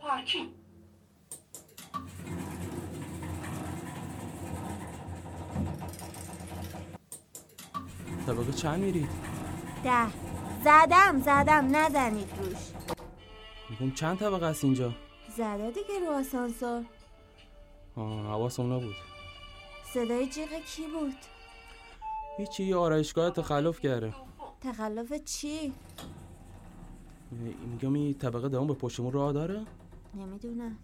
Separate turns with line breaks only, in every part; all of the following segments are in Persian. ترکیب
طبقه چند میرید؟
ده زدم زدم نزنید روش
میگم چند طبقه است اینجا؟
زده دیگه رو آسانسور
آه حواسم نبود
صدای جیغ کی بود
هیچی یه آرایشگاه تخلف کرده
تخلف چی
می- میگم این طبقه دوام به پشتمون راه داره؟
نمیدونم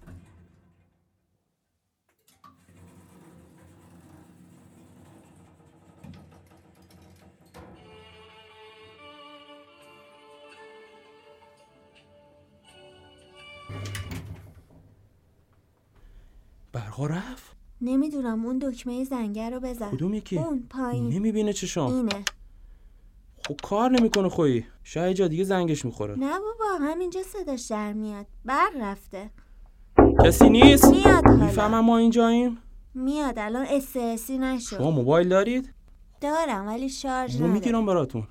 برقا رفت؟
نمیدونم اون دکمه زنگر رو بزن
کدوم یکی؟
اون پایین
نمیبینه چشام
اینه
خب کار نمیکنه خویی شاید یه جا دیگه زنگش میخوره
نه بابا همینجا صداش در میاد برق رفته
کسی نیست؟
میاد
میفهمم
حالا
ما اینجاییم؟
میاد الان استرسی
شما
نشد
موبایل دارید؟
دارم ولی شارژ
ما
نداره
میگیرم براتون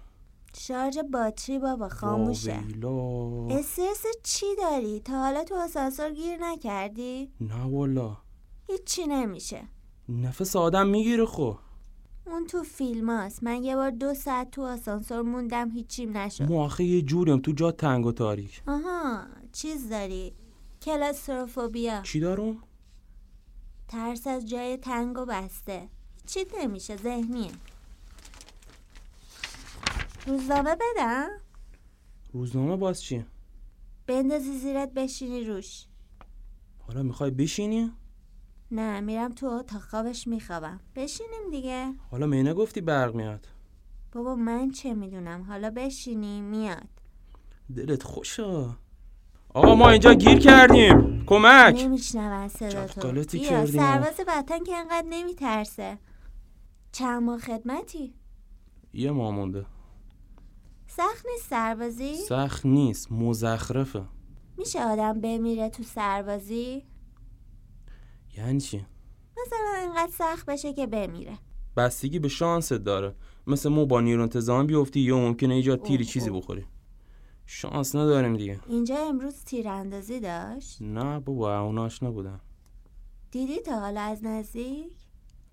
شارژ باتری بابا خاموشه
واویلا.
استرس چی داری؟ تا حالا تو آسانسور گیر نکردی؟
نه والا
هیچی نمیشه
نفس آدم میگیره خب. خو
اون تو فیلم هاست. من یه بار دو ساعت تو آسانسور موندم هیچیم نشد
ما آخه یه جوریم تو جا تنگ و تاریک
آها چیز داری کلاستروفوبیا
چی دارم؟
ترس از جای تنگ و بسته چی نمیشه ذهنیه روزنامه بدم
روزنامه باز چیه؟
بندازی زیرت بشینی روش
حالا میخوای بشینی؟
نه میرم تو اتاق خوابش میخوابم بشینیم دیگه
حالا مینه گفتی برق میاد
بابا من چه میدونم حالا بشینی میاد
دلت خوشا آقا ما اینجا گیر کردیم کمک
نمیشنون صدا تو
چاقالتی
بیا
کردی ما.
سرباز وطن که انقدر نمیترسه چند ماه خدمتی
یه ما مونده
سخت نیست سربازی
سخت نیست مزخرفه
میشه آدم بمیره تو سربازی
یعنی چی؟
مثلا انقدر سخت بشه که بمیره
بستگی به شانست داره مثل مو با نیرو انتظامی بیفتی یا ممکنه ایجاد تیری
اوه،
چیزی
اوه.
بخوری شانس نداریم دیگه
اینجا امروز تیراندازی داشت
نه بابا اوناش نبودم
دیدی تا حالا از نزدیک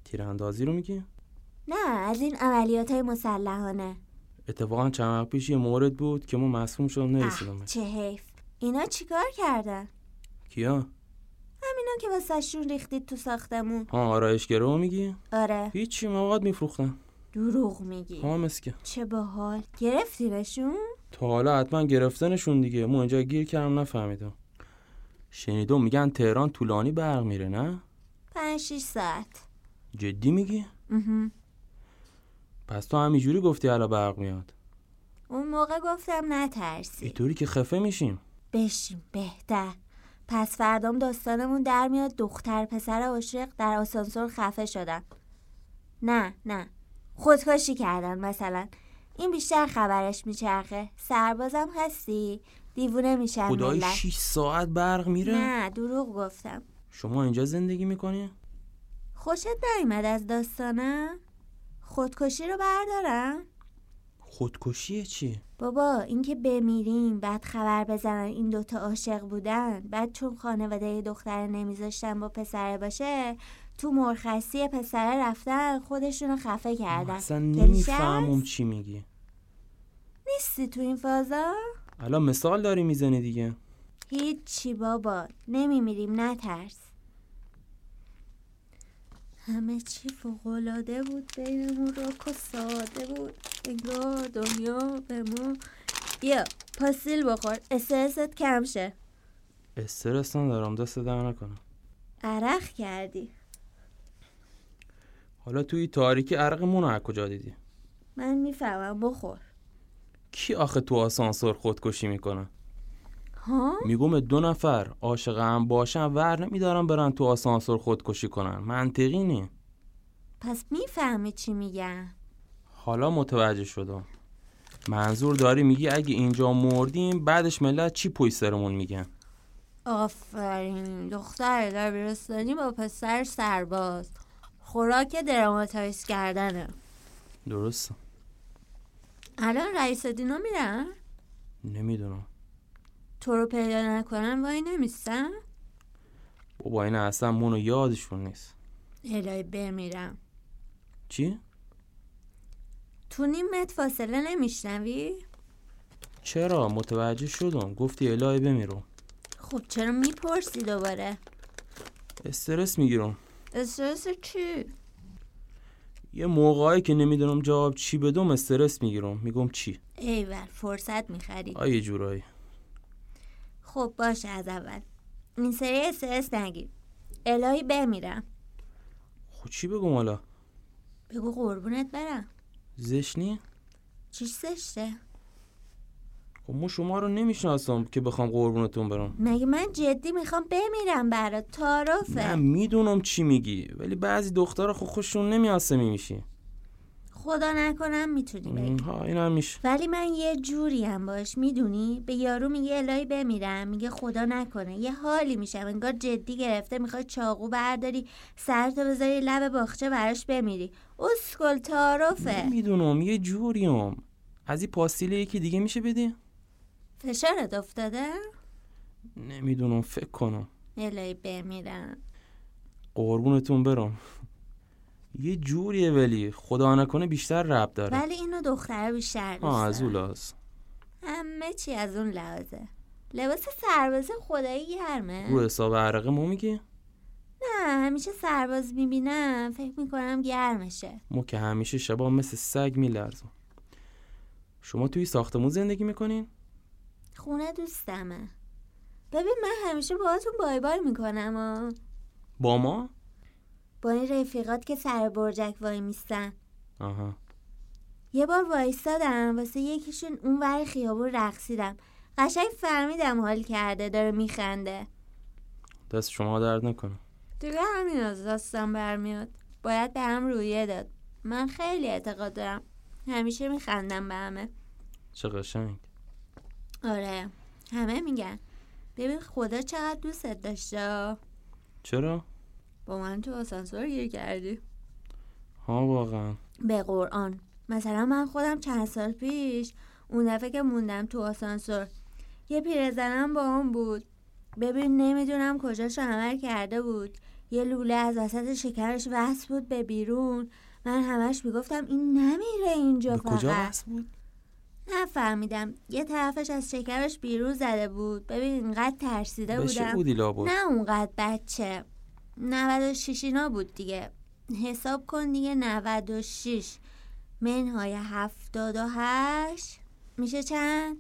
تیراندازی رو میگی؟
نه از این عملیات های مسلحانه
اتفاقا چند وقت پیش یه مورد بود که ما مصموم شدم نرسیدم
اه چه حیف اینا چیکار کردن
کیا؟
همینا که واسهشون ریختید تو ساختمون
ها آرایشگرا میگی؟
آره
هیچی مواد میفروختن
دروغ میگی
ها مسکه
چه باحال گرفتیمشون
تا حالا حتما گرفتنشون دیگه ما اینجا گیر کردم نفهمیدم شنیدم میگن تهران طولانی برق میره نه؟
پنج شیش ساعت
جدی میگی؟
مهم.
پس تو همینجوری گفتی حالا برق میاد
اون موقع گفتم نترسی
اینطوری که خفه میشیم
بشیم بهتر پس فردام داستانمون در میاد دختر پسر عاشق در آسانسور خفه شدن نه نه خودکشی کردن مثلا این بیشتر خبرش میچرخه سربازم هستی دیوونه میشن
خدای
ملت
6 ساعت برق میره
نه دروغ گفتم
شما اینجا زندگی میکنی؟
خوشت نیومد از داستانم خودکشی رو بردارم
خودکشی چی؟
بابا اینکه بمیریم بعد خبر بزنن این دوتا عاشق بودن بعد چون خانواده دختره نمیذاشتن با پسره باشه تو مرخصی پسره رفتن خودشون رو خفه
من
کردن یعنی
اصلا
کلیشه
نمیفهمم
است؟
چی میگی
نیستی تو این فازا؟
الان مثال داری میزنی دیگه
هیچی بابا نمیمیریم نترس همه چی فوقالعاده بود بینمون راک و ساده بود انگار دنیا به ما بیا پاسیل بخور استرست کم شه
استرس ندارم دست در نکنم
عرق کردی
حالا توی تاریکی عرقمون رو از کجا دیدی
من میفهمم بخور
کی آخه تو آسانسور خودکشی میکنه
ها؟
میگم دو نفر عاشق هم باشن ور نمیدارن برن تو آسانسور خودکشی کنن منطقی نی
پس میفهمی چی میگم
حالا متوجه شدم منظور داری میگی اگه اینجا مردیم بعدش ملت چی پشت سرمون میگن
آفرین دختر دبیرستانی با پسر سرباز خوراک دراماتایز کردنه
درست
الان رئیس دینا میرن
نمیدونم
تو رو پیدا نکنن وای نمیستم
بابا این اصلا مونو یادشون نیست
الهی بمیرم
چی؟
تو نیم متر فاصله نمیشنوی؟
چرا متوجه شدم گفتی الهی بمیرم
خب چرا میپرسی دوباره؟
استرس میگیرم
استرس چی؟
یه موقعی که نمیدونم جواب چی بدم استرس میگیرم میگم چی
ایول فرصت میخری
آ یه جورایی
خب باشه از اول این سری استرس نگیر الهی بمیرم
خب چی بگم حالا
بگو قربونت برم
زشنی
چیش زشته
خب ما شما رو نمیشناسم که بخوام قربونتون برم
مگه من جدی میخوام بمیرم برات
نه
تعارفه
میدونم چی میگی ولی بعضی دخترها خب خوششون نمیاسه میمیشی
خدا نکنم میتونی بگی
ها این هم میشه
ولی من یه جوری هم باش میدونی به یارو میگه الهی بمیرم میگه خدا نکنه یه حالی میشم انگار جدی گرفته میخوای چاقو برداری سرتو بذاری لب باغچه براش بمیری اسکل تعارفه
میدونم یه جوریم از این پاستیل یکی دیگه میشه بدی
فشارت افتاده
نمیدونم فکر کنم
الهی بمیرم
قربونتون برم یه جوریه ولی خدا نکنه بیشتر رب داره
ولی اینو دختره بله، بیشتر دوست
ها آره. از
دارن.
اولاست
همه چی از اون لحاظه لباس سربازه خدایی
رو
گرمه
حساب عرقه ما میگی
نه همیشه سرباز میبینم فکر میکنم گرمشه
ما که همیشه شبا مثل سگ میلرزم شما توی ساختمون زندگی میکنین؟
خونه دوستمه ببین من همیشه باهاتون بای بای میکنم و
با ما؟
با این رفیقات که سر برجک وای میستن
آها
یه بار وایستادم واسه یکیشون اون ور خیابون رقصیدم قشنگ فهمیدم حال کرده داره میخنده
دست شما درد نکنه
دیگه همین از دستم برمیاد باید به هم رویه داد من خیلی اعتقاد دارم همیشه میخندم به همه
چه قشنگ
آره همه میگن ببین خدا چقدر دوستت داشته
چرا؟
با من تو آسانسور گیر کردی
ها واقعا
به قرآن مثلا من خودم چند سال پیش اون دفعه که موندم تو آسانسور یه پیرزنم با اون بود ببین نمیدونم کجاش رو عمل کرده بود یه لوله از وسط شکرش وصل بود به بیرون من همش میگفتم این نمیره اینجا
به کجا
فقط
بس بود؟
نفهمیدم یه طرفش از شکرش بیرون زده بود ببین اینقدر ترسیده
بشه
بودم
بودی لابد
نه اونقدر بچه 96 اینا بود دیگه حساب کن دیگه 96 منهای 78 میشه چند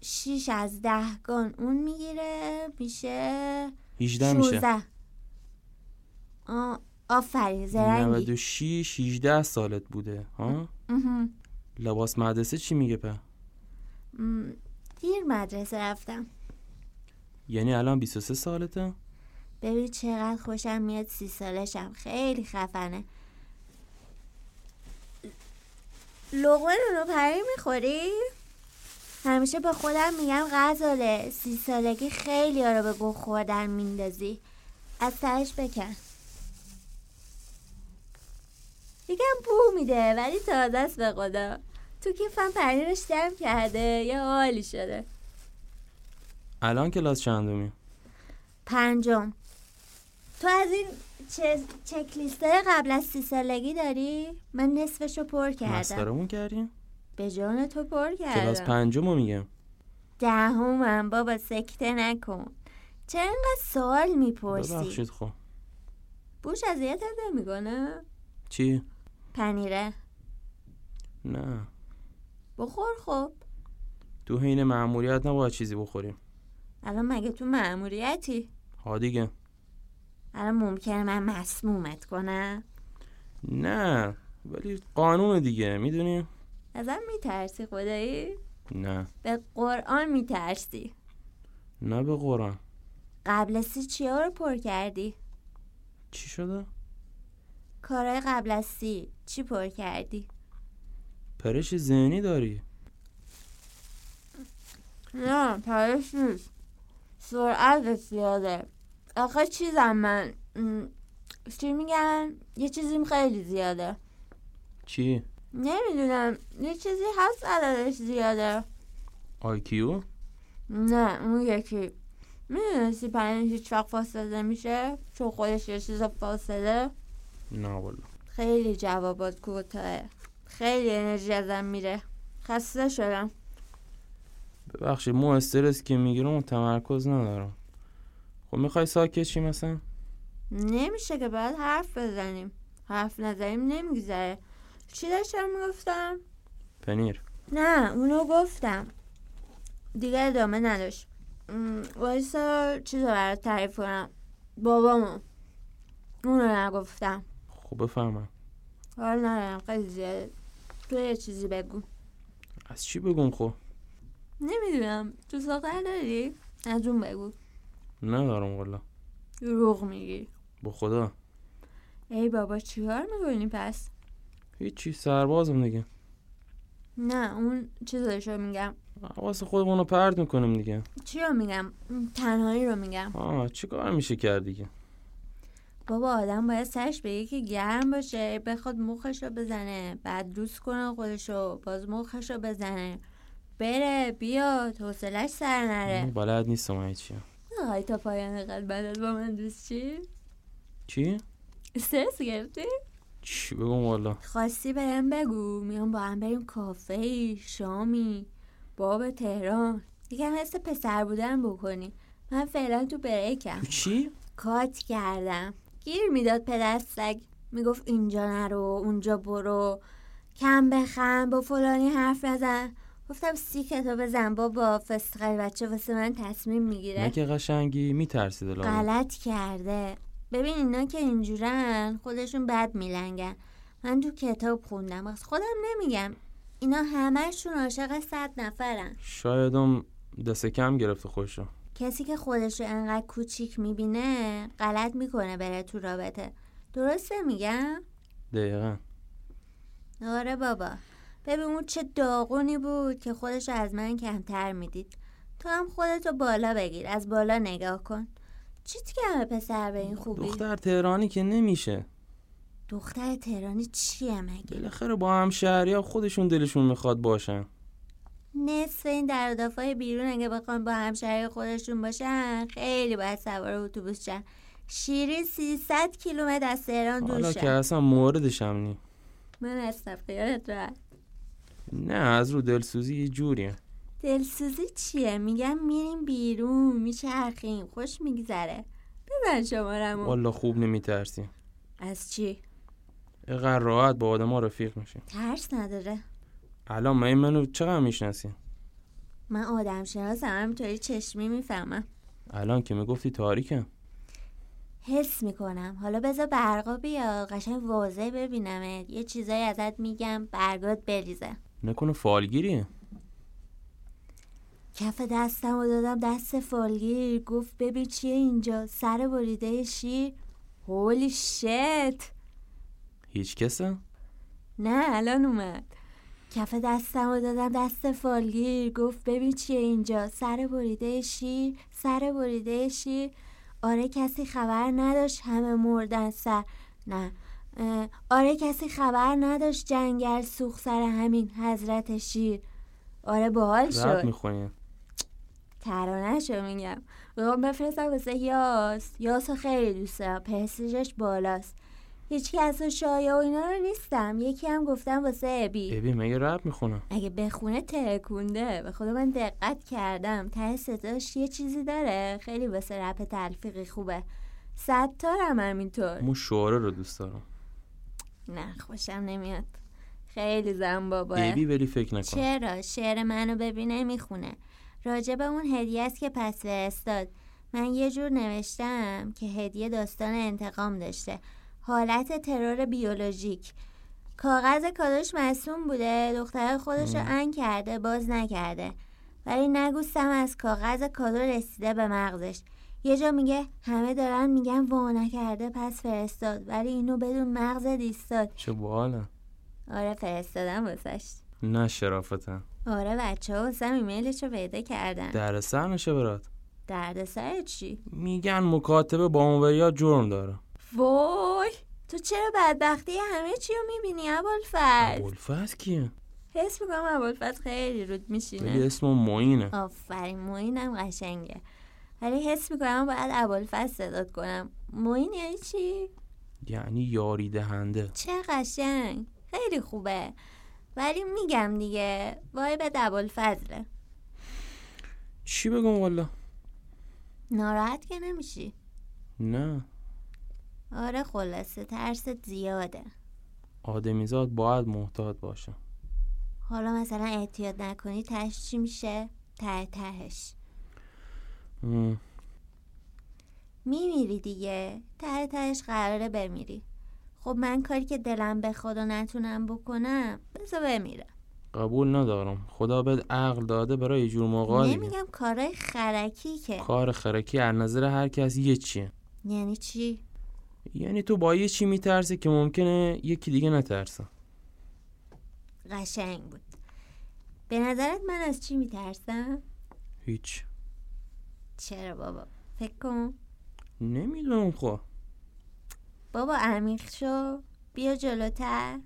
6 از دهگان اون میگیره میشه
18 میشه
16 آه، آفرین زرنگی
96 18 سالت بوده ها
مهم.
لباس مدرسه چی میگه په
م، دیر مدرسه رفتم
یعنی الان 23 سالته
ببین چقدر خوشم میاد سی سالشم خیلی خفنه لغمه نونو پری میخوری؟ همیشه به خودم میگم غزاله سی سالگی خیلی ها رو به گوه خوردن میندازی از سرش بکن یکم بو میده ولی تازه است به خدا تو کیفم پنیرش دم کرده یا عالی شده
الان کلاس چندمی
پنجم تو از این چه... چکلیسته قبل از سی سالگی داری؟ من نصفش رو پر کردم
مسخرمون کردیم
به جان تو پر
کلاس
کردم
پنجمو میگم
دهمم بابا سکته نکن چرا اینقدر سوال میپرسی؟
ببخشید خب
بوش اذیتت نمیکنه؟
چی
پنیره
نه
بخور خب
تو حین مأموریت نباید چیزی بخوریم
الان مگه تو معمولیتی؟
ها دیگه
الان ممکنه من مسمومت کنم
نه ولی قانون دیگه میدونی
ازم میترسی خدایی؟
نه
به قرآن میترسی
نه به قرآن
قبل سی چیا رو پر کردی؟
چی شده
کارهای قبل از سی چی پر کردی؟
پرش ذهنی داری
نه پرش نیست سرعت زیاده آخه چیزم من م، چی میگن؟ یه چیزیم خیلی زیاده
چی
نمیدونم یه چیزی هست عددش زیاده
آیکیو
نه اون یکی میدونستی پنیر هیچ وقت فاسده میشه چون خودش یه چیز فاسده
نه والا
خیلی جوابات کوتاهه خیلی انرژی ازم میره خسته شدم
ببخشید مو استرس که میگیرم و تمرکز ندارم خب میخوای ساکت چی مثلا
نمیشه که باید حرف بزنیم حرف نزنیم نمیگذره چی داشتم میگفتم
پنیر
نه اونو گفتم دیگه ادامه نداشت م، وایسا چیز رو برات تعریف کنم بابامو اونو نگفتم
خب بفهمم
حال ندارم خیلی زیاده تو یه چیزی بگو
از چی بگم خب
نمیدونم تو ساغر داری؟ از اون بگو
ندارم والا
دروغ میگی
با خدا
ای بابا چیکار میکنی پس
هیچی سربازم دیگه
نه اون چیزش رو میگم
حواس خودمون رو پرت میکنیم دیگه
چی رو میگم تنهایی رو میگم
آه چی کار میشه کرد دیگه
بابا آدم باید سرش به یکی گرم باشه بخواد مخش رو بزنه بعد دوست کنه خودش رو باز مخش رو بزنه بره بیاد حوصلش سر نره
بلد نیستم من چی
آهای تا پایان قلبت با من دوست چی؟
چی؟
استرس گرفتی؟
چی بگم والا
خواستی بهم بگو میام با هم بریم کافه ای شامی باب تهران یکم حس پسر بودن بکنی من فعلا تو بریکم
تو چی؟
کات کردم گیر میداد پدر سگ میگفت اینجا نرو اونجا برو کم بخن با فلانی حرف نزن گفتم سیکتو بزن بابا فسقل بچه واسه من تصمیم
نه
میگیره
که قشنگی میترسی دلم
غلط کرده ببین اینا که اینجورن خودشون بد میلنگن من تو کتاب خوندم از خودم نمیگم اینا همهشون عاشق صد نفرن
شایدم دست کم گرفته خوشو
کسی که خودش رو انقدر کوچیک میبینه غلط میکنه بره تو رابطه درسته میگم؟
دقیقا
آره بابا ببین اون چه داغونی بود که خودش رو از من کمتر میدید تو هم خودتو بالا بگیر از بالا نگاه کن چیت کمه پسر به خب این خوبی
دختر تهرانی که نمیشه
دختر تهرانی چیه مگه
بالاخره با هم شهری ها خودشون دلشون میخواد باشن
نصف این درودافای بیرون اگه بخوان با همشهری خودشون باشن خیلی باید سوار اتوبوس شن شیری 300 کیلومتر از تهران دور
حالا که
شه
اصلا موردش هم نی
من هستم خیالت راحت
نه از رو دلسوزی یه جوریه
دلسوزی چیه میگم میریم بیرون میچرخیم خوش میگذره بزن شمارمو
والا خوب نمیترسی
از چی
اقدر راحت با آدم رفیق میشه
ترس نداره
الان من منو چقدر میشناسی
من آدم شناسم همینطوری چشمی میفهمم
الان که میگفتی تاریکم
حس میکنم حالا بذار برقا بیا قشنگ واضح ببینمت یه چیزایی ازت میگم برگات بریزه
نکنه فالگیریه
کف دستم و دادم دست فالگیر گفت ببین چیه اینجا سر بریده شیر هولی شت
هیچ کسه
نه الان اومد کف دستم و دادم دست فالگیر گفت ببین چیه اینجا سر بریده شیر سر بریده شیر آره کسی خبر نداشت همه مردن سر نه اه، آره کسی خبر نداشت جنگل سوخ سر همین حضرت شیر آره باحال
رد
شد
میخونی
ترانه شو میگم میخوام بفرستم واسه یاس یاس رو خیلی دوست دارم پرستیژش بالاست هیچ کس و شایعه و اینا رو نیستم یکی هم گفتم واسه ابی
ابی مگه رد میخونم
اگه بخونه ترکونده به خدا من دقت کردم ته صداش یه چیزی داره خیلی واسه رپ تلفیقی خوبه ستار هم همینطور
مو شعاره رو دوست دارم
نه خوشم نمیاد خیلی زن باباه
ابی ولی فکر نکن
چرا شعر منو ببینه میخونه راجع به اون هدیه است که پس فرستاد من یه جور نوشتم که هدیه داستان انتقام داشته حالت ترور بیولوژیک کاغذ کادوش مصوم بوده دختر خودش رو ان کرده باز نکرده ولی نگوستم از کاغذ کادو رسیده به مغزش یه جا میگه همه دارن میگن وا نکرده پس فرستاد ولی اینو بدون مغز دیستاد
چه باحاله
آره فرستادم واسش
نه شرافتن
آره بچه ها واسم ایمیلش رو پیدا کردن
در سر نشه برات
درد سر چی؟
میگن مکاتبه با اونوریا جرم داره
وای تو چرا بدبختی همه چی رو میبینی عبالفرد
ابوالفضل کیه
حس میکنم ابوالفضل خیلی رود
ولی
میشینه
اسم معینه
آفرین موینم قشنگه ولی حس میکنم باید ابوالفضل صدات کنم موین یعنی چی
یعنی یاری دهنده
چه قشنگ خیلی خوبه ولی میگم دیگه وای به ابوالفضله
چی بگم والا
ناراحت که نمیشی
نه
آره خلاصه ترست زیاده
آدمیزاد باید محتاط باشه
حالا مثلا اعتیاد نکنی تهش چی میشه ته تهش
م،
میمیری دیگه ته تهش قراره بمیری خب من کاری که دلم به خدا نتونم بکنم بذار بمیرم
قبول ندارم خدا بهت عقل داده برای یه جور موقع خب دیگه.
نمیگم کارای خرکی که
کار خرکی از نظر هر کس یه چیه
یعنی چی
یعنی تو با یه چی میترسی که ممکنه یکی دیگه نترسه
قشنگ بود به نظرت من از چی میترسم
هیچ
چرا بابا فکر کن
نمیدونم خب
بابا عمیق شو بیا جلوتر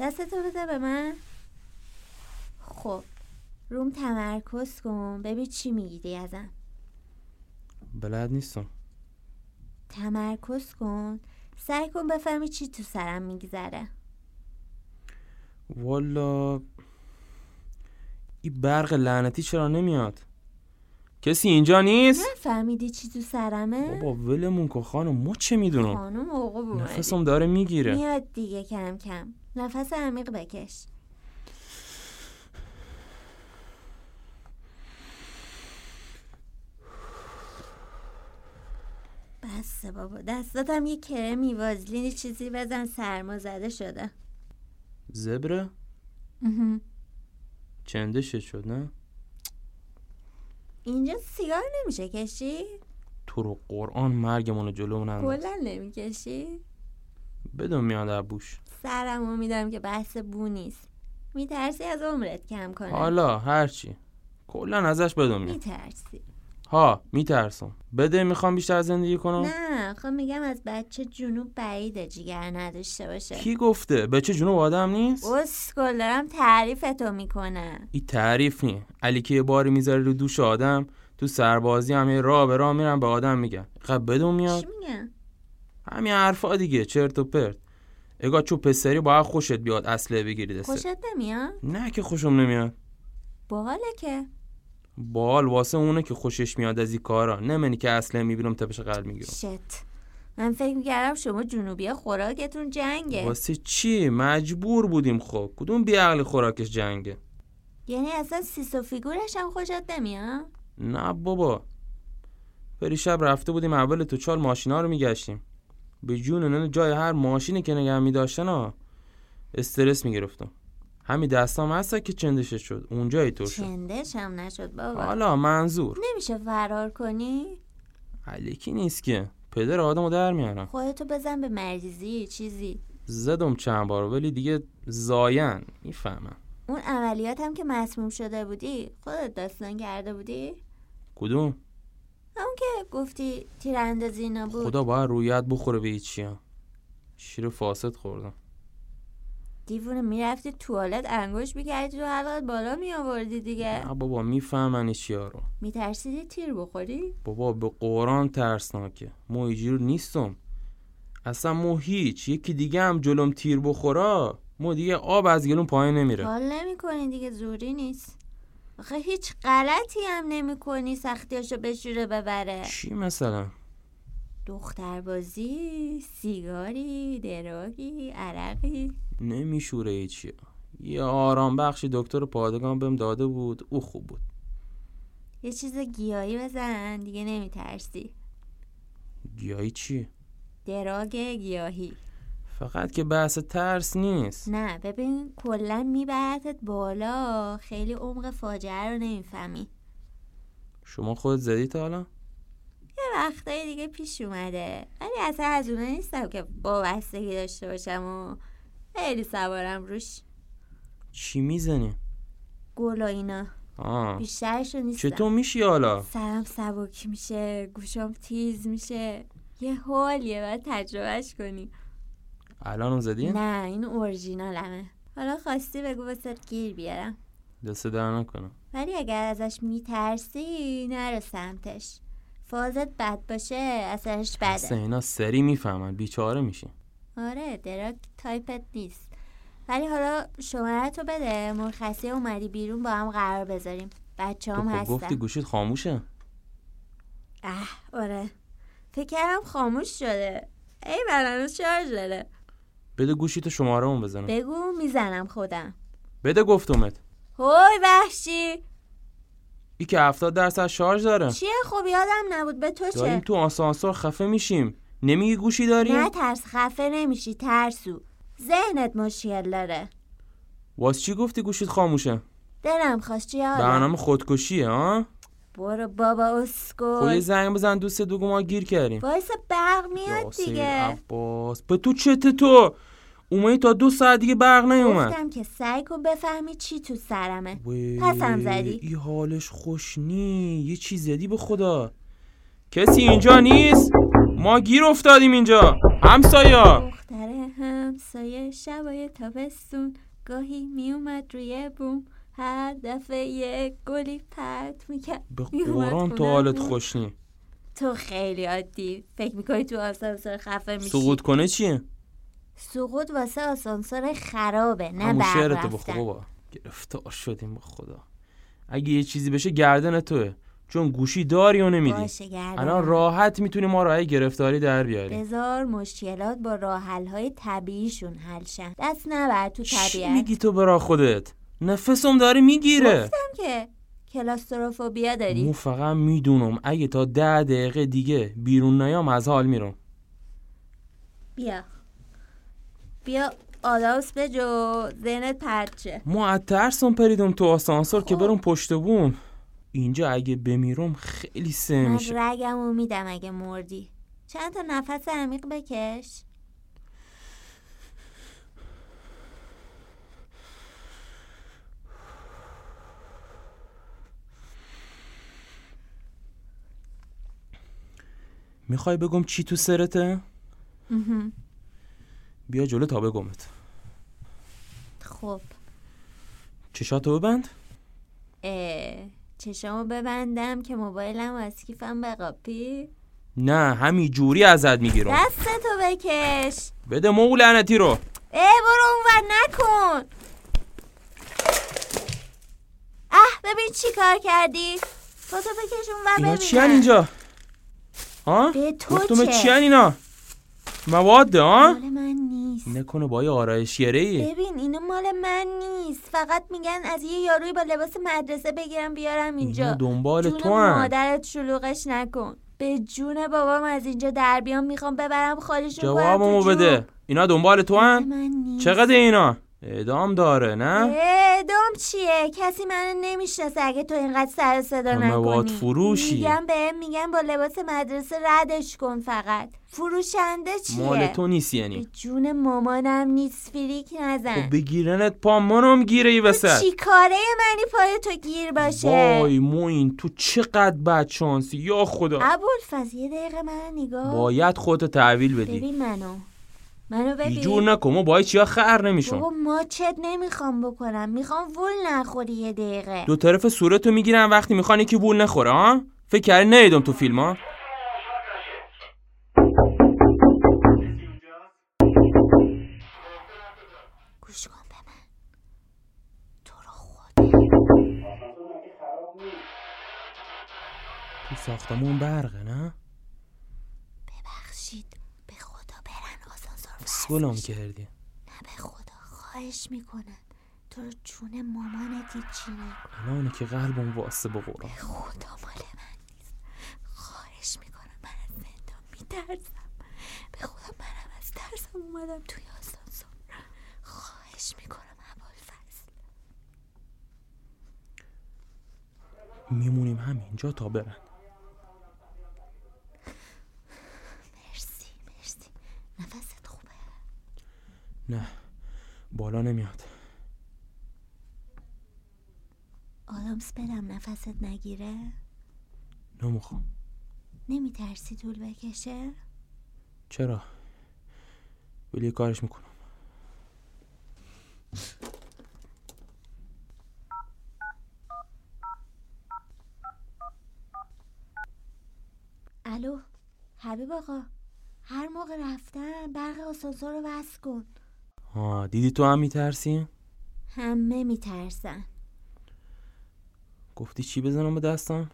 دستتو بده به من خب روم تمرکز کن ببین چی میگیری ازم
بلد نیستم
تمرکز کن سعی کن بفهمی چی تو سرم میگذره
والا این برق لعنتی چرا نمیاد کسی اینجا نیست
نفهمیدی چی تو سرمه
بابا ولمون کن خانم ما چه میدونم
خانم عقوب اومدی
نفسم داره میگیره
میاد دیگه کم کم نفس عمیق بکش بسه بابا دستاتم یه کرمی وازلین چیزی بزن سرما زده شده
زبره
مهم.
چندشت شد نه
اینجا سیگار نمیشه کشی؟
تو رو قرآن مرگمون رو جلومون انداز
کلا نمیکشی؟
بدون میاد از بوش
سرمو میدم که بحث بو نیست میترسی از عمرت کم کنه
حالا هرچی کلا ازش بدون میاد
میترسی
ها میترسم بده میخوام بیشتر زندگی کنم
نه خب میگم از بچه جنوب بعیده جیگر نداشته باشه
کی گفته به چه جنوب آدم نیست
اسکل دارم تعریفتو میکنم
این تعریف نی علی که یه باری میذاره رو دوش آدم تو سربازی هم یه راه به راه میرن به آدم میگن خب بدون
چی
میاد
میگم
همین حرفا دیگه چرت و پرت اگه چو پسری باید خوشت بیاد اصله بگیری دسته
خوشت نمیاد
نه که خوشم نمیاد
باحاله که
بال واسه اونه که خوشش میاد از این کارا نه منی که اصله میبینم تپش قلب میگیرم
شت من فکر میکردم شما جنوبی خوراکتون جنگه
واسه چی مجبور بودیم خب کدوم بیعقل خوراکش جنگه
یعنی اصلا سیس و فیگورش هم خوشت نمیاد
نه بابا بری شب رفته بودیم اول تو چال ماشینا رو میگشتیم به جون نه جای هر ماشینی که نگه میداشتن ها استرس میگرفتم همین دستام هست که چندشش شد اونجا اینطور شد
چندش هم نشد بابا
حالا منظور
نمیشه فرار کنی
علیکی نیست که پدر آدمو در میارم
خودتو بزن به مریضی چیزی
زدم چند بار ولی دیگه زاین میفهمم
اون عملیات هم که مسموم شده بودی خودت داستان کرده بودی
کدوم
همون که گفتی تیراندازی اینا بود
خدا باید رویت بخوره به چیا شیر فاسد خوردم
دیوونه میرفتی توالت انگوش میکردی تو حلقت بالا میآوردی دیگه
نه بابا میفهمن این چیا رو
میترسیدی تیر بخوری
بابا به قرآن ترسناکه مو اینجور نیستم اصلا مو هیچ یکی دیگه هم جلوم تیر بخورا مو دیگه آب از گلوم پایین نمیره
حال نمیکنی دیگه زوری نیست آخه هیچ غلطی هم نمیکنی سختیاشو بشوره ببره
چی مثلا
دختربازی سیگاری دراگی عرقی
نمیشوره هیچی یه آرام بخشی دکتر پادگان بهم داده بود او خوب بود
یه چیز گیاهی بزن دیگه نمیترسی
گیاهی چی
دراگ گیاهی
فقط که بحث ترس نیست
نه ببین کلا میبرتت بالا خیلی عمق فاجعه رو نمیفهمی
شما خودت زدی تا حالا
یه وقتای دیگه پیش اومده ولی اصلا از اونه نیستم که وابستگی داشته باشم و خیلی سوارم روش
چی میزنی
گل و اینا
آه
بیشترش رو نیستم
چطور میشی حالا
سرم سبک میشه گوشام تیز میشه یه حالیه باید تجربهش کنی
الانم زدی
نه این اورجینالمه حالا خواستی بگو واسه گیر بیارم
دست در نکنم
ولی اگر ازش میترسی نرو سمتش فازت بد باشه اثرش
اصلا
بده
اینا سری میفهمن بیچاره میشیم
آره دراک تایپت نیست ولی حالا شماره تو بده مرخصی اومدی بیرون با هم قرار بذاریم بچه
تو
هم
خب گفتی
هستن
گوشید خاموشه
اه آره فکر کردم خاموش شده ای من شارژ داره
بده گوشیتو شماره اون بزنم
بگو میزنم خودم
بده گفتمت
هوی وحشی
ای که 70 درصد شارژ داره
چیه خب یادم نبود به تو
داریم
چه
تو آسانسور خفه میشیم نمیگی گوشی داریم
نه ترس خفه نمیشی ترسو ذهنت مشکل داره
واس چی گفتی گوشید خاموشه
دلم خواست چی حالا
برنامه خودکشیه ها
برو بابا
خب یه
اسکل
زنگ بزن دوست دوگو ما گیر کردیم
باعث برق میاد
یاسین
دیگه
عباس به تو چته تو اومدی تا دو ساعت دیگه برق نیومد
گفتم که سعی کن بفهمی چی تو سرمه
وی،
پسم زدی.
این حالش خوش نی یه چیز زدی به خدا کسی اینجا نیست ما گیر افتادیم اینجا همسایا
دختر همسایه شبای تابستون گاهی میومد روی بوم هر دفعه یک گلی پرت میکرد
به قرآن تو حالت خوش نی
تو خیلی عادی فکر میکنی تو آسانسور خفه میشی
سقوط کنه چیه
سقوط واسه آسانسور خرابه نه
همون
برق
شعرتو بخو
رفتن
بابا گرفتار شدیم به خدا اگه یه چیزی بشه گردن توه چون گوشی داری و نمیدی
باشه گردن
الان راحت میتونی ما راه گرفتاری در بیاری
بذار مشکلات با راحل های طبیعیشون حل شن دست نبر تو
چی
طبیعت
میگی تو برا خودت نفسم داره میگیره
گفتم که کلاستروفوبیا داری
مو فقط میدونم اگه تا ده دقیقه دیگه بیرون نیام از حال میرم
بیا بیا آداوس به جو ذهنت پرچه
ما از ترسم پریدم تو آسانسور
خب.
که برم پشت بوم اینجا اگه بمیرم خیلی سه
من
میشه
رگم و میدم اگه مردی چند تا نفس عمیق بکش
میخوای بگم چی تو سرته؟ بیا جلو تا بگمت
خب
چشاتو ببند
اه، چشامو ببندم که موبایلم از کیفم بقاپی
نه همین جوری ازت میگیرم
دستتو بکش
بده مو لعنتی رو
ای برو اونور نکن اه ببین چی کار کردی تو تو بکش اونور
اینا
ببینم
چی اینجا ها
به تو
گفتم
چه؟
چی اینا مواد ها
مال من نیست
نکنه با یه آرایشگره ای
ببین اینا مال من نیست فقط میگن از یه یاروی با لباس مدرسه بگیرم بیارم
اینا
اینجا
دنبال
جون
تو هن.
مادرت شلوغش نکن به جون بابام از اینجا در بیام میخوام ببرم خالشون کنم تو
جوابمو
جون.
بده اینا دنبال تو
مال
هن؟
من نیست
چقدر اینا اعدام داره نه
اه، دوم چیه کسی منو نمیشناسه اگه تو اینقدر سر و صدا
تو مواد
نکنی
فروشی.
میگم به میگن با لباس مدرسه ردش کن فقط فروشنده چیه
مال تو نیست
به
یعنی
جون مامانم نیست فریک نزن
خب بگیرنت پا منم گیره ای وسط
چی کاره منی پای تو گیر باشه
وای موین تو چقدر بدشانسی یا خدا
ابوالفضل یه دقیقه منو نگاه
باید خودتو تحویل بدی
ببین منو منو
بیجور
ببین
نکن ما باید چیا خر نمیشون
بابا ماچت نمیخوام بکنم میخوام وول نخوری یه دقیقه
دو طرف صورتو میگیرن وقتی میخوان یکی بول نخوره ها فکر کردی نیدم تو فیلم ها
گوش کن به من تو رو خود
تو ساختمون برقه نه
ببخشید به خدا برن آسانسور وصل
گلم
میشه.
کردی
نه به خدا خواهش میکنم تو رو جون مامانت هیچی نکن
الان که قلبم واسه به قرآن
به خدا مال من نیست خواهش میکنم من از زندان میترسم به خدا منم از ترسم اومدم توی آسانسور خواهش میکنم ابوالفضل
میمونیم همینجا تا برن
مرسی مرسی نفست خوبه
نه بالا نمیاد
آدامس بدم نفست نگیره
نمیخوام
نمیترسی طول بکشه
چرا ولی یه کارش میکنم
الو حبیب آقا هر موقع رفتن برق آسانسور رو وصل کن
آه دیدی تو هم میترسی؟
همه میترسن
گفتی چی بزنم به دستم؟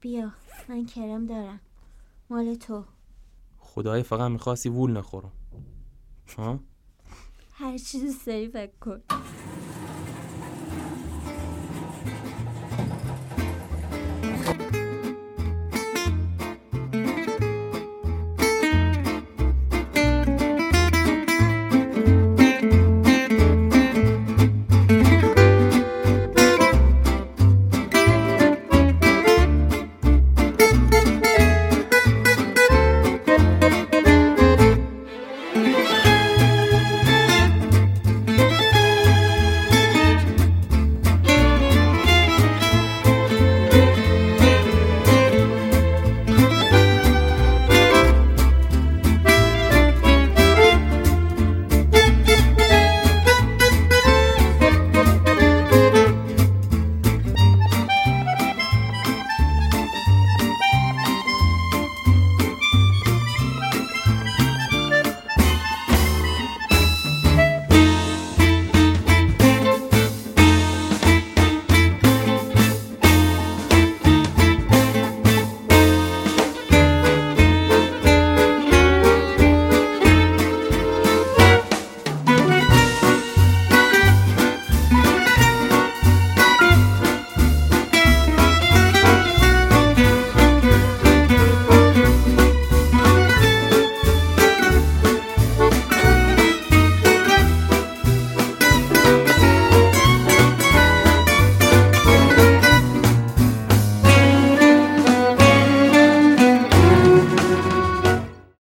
بیا من کرم دارم مال تو
خدای فقط میخواستی وول نخورم ها؟
هر چیز سری فکر کن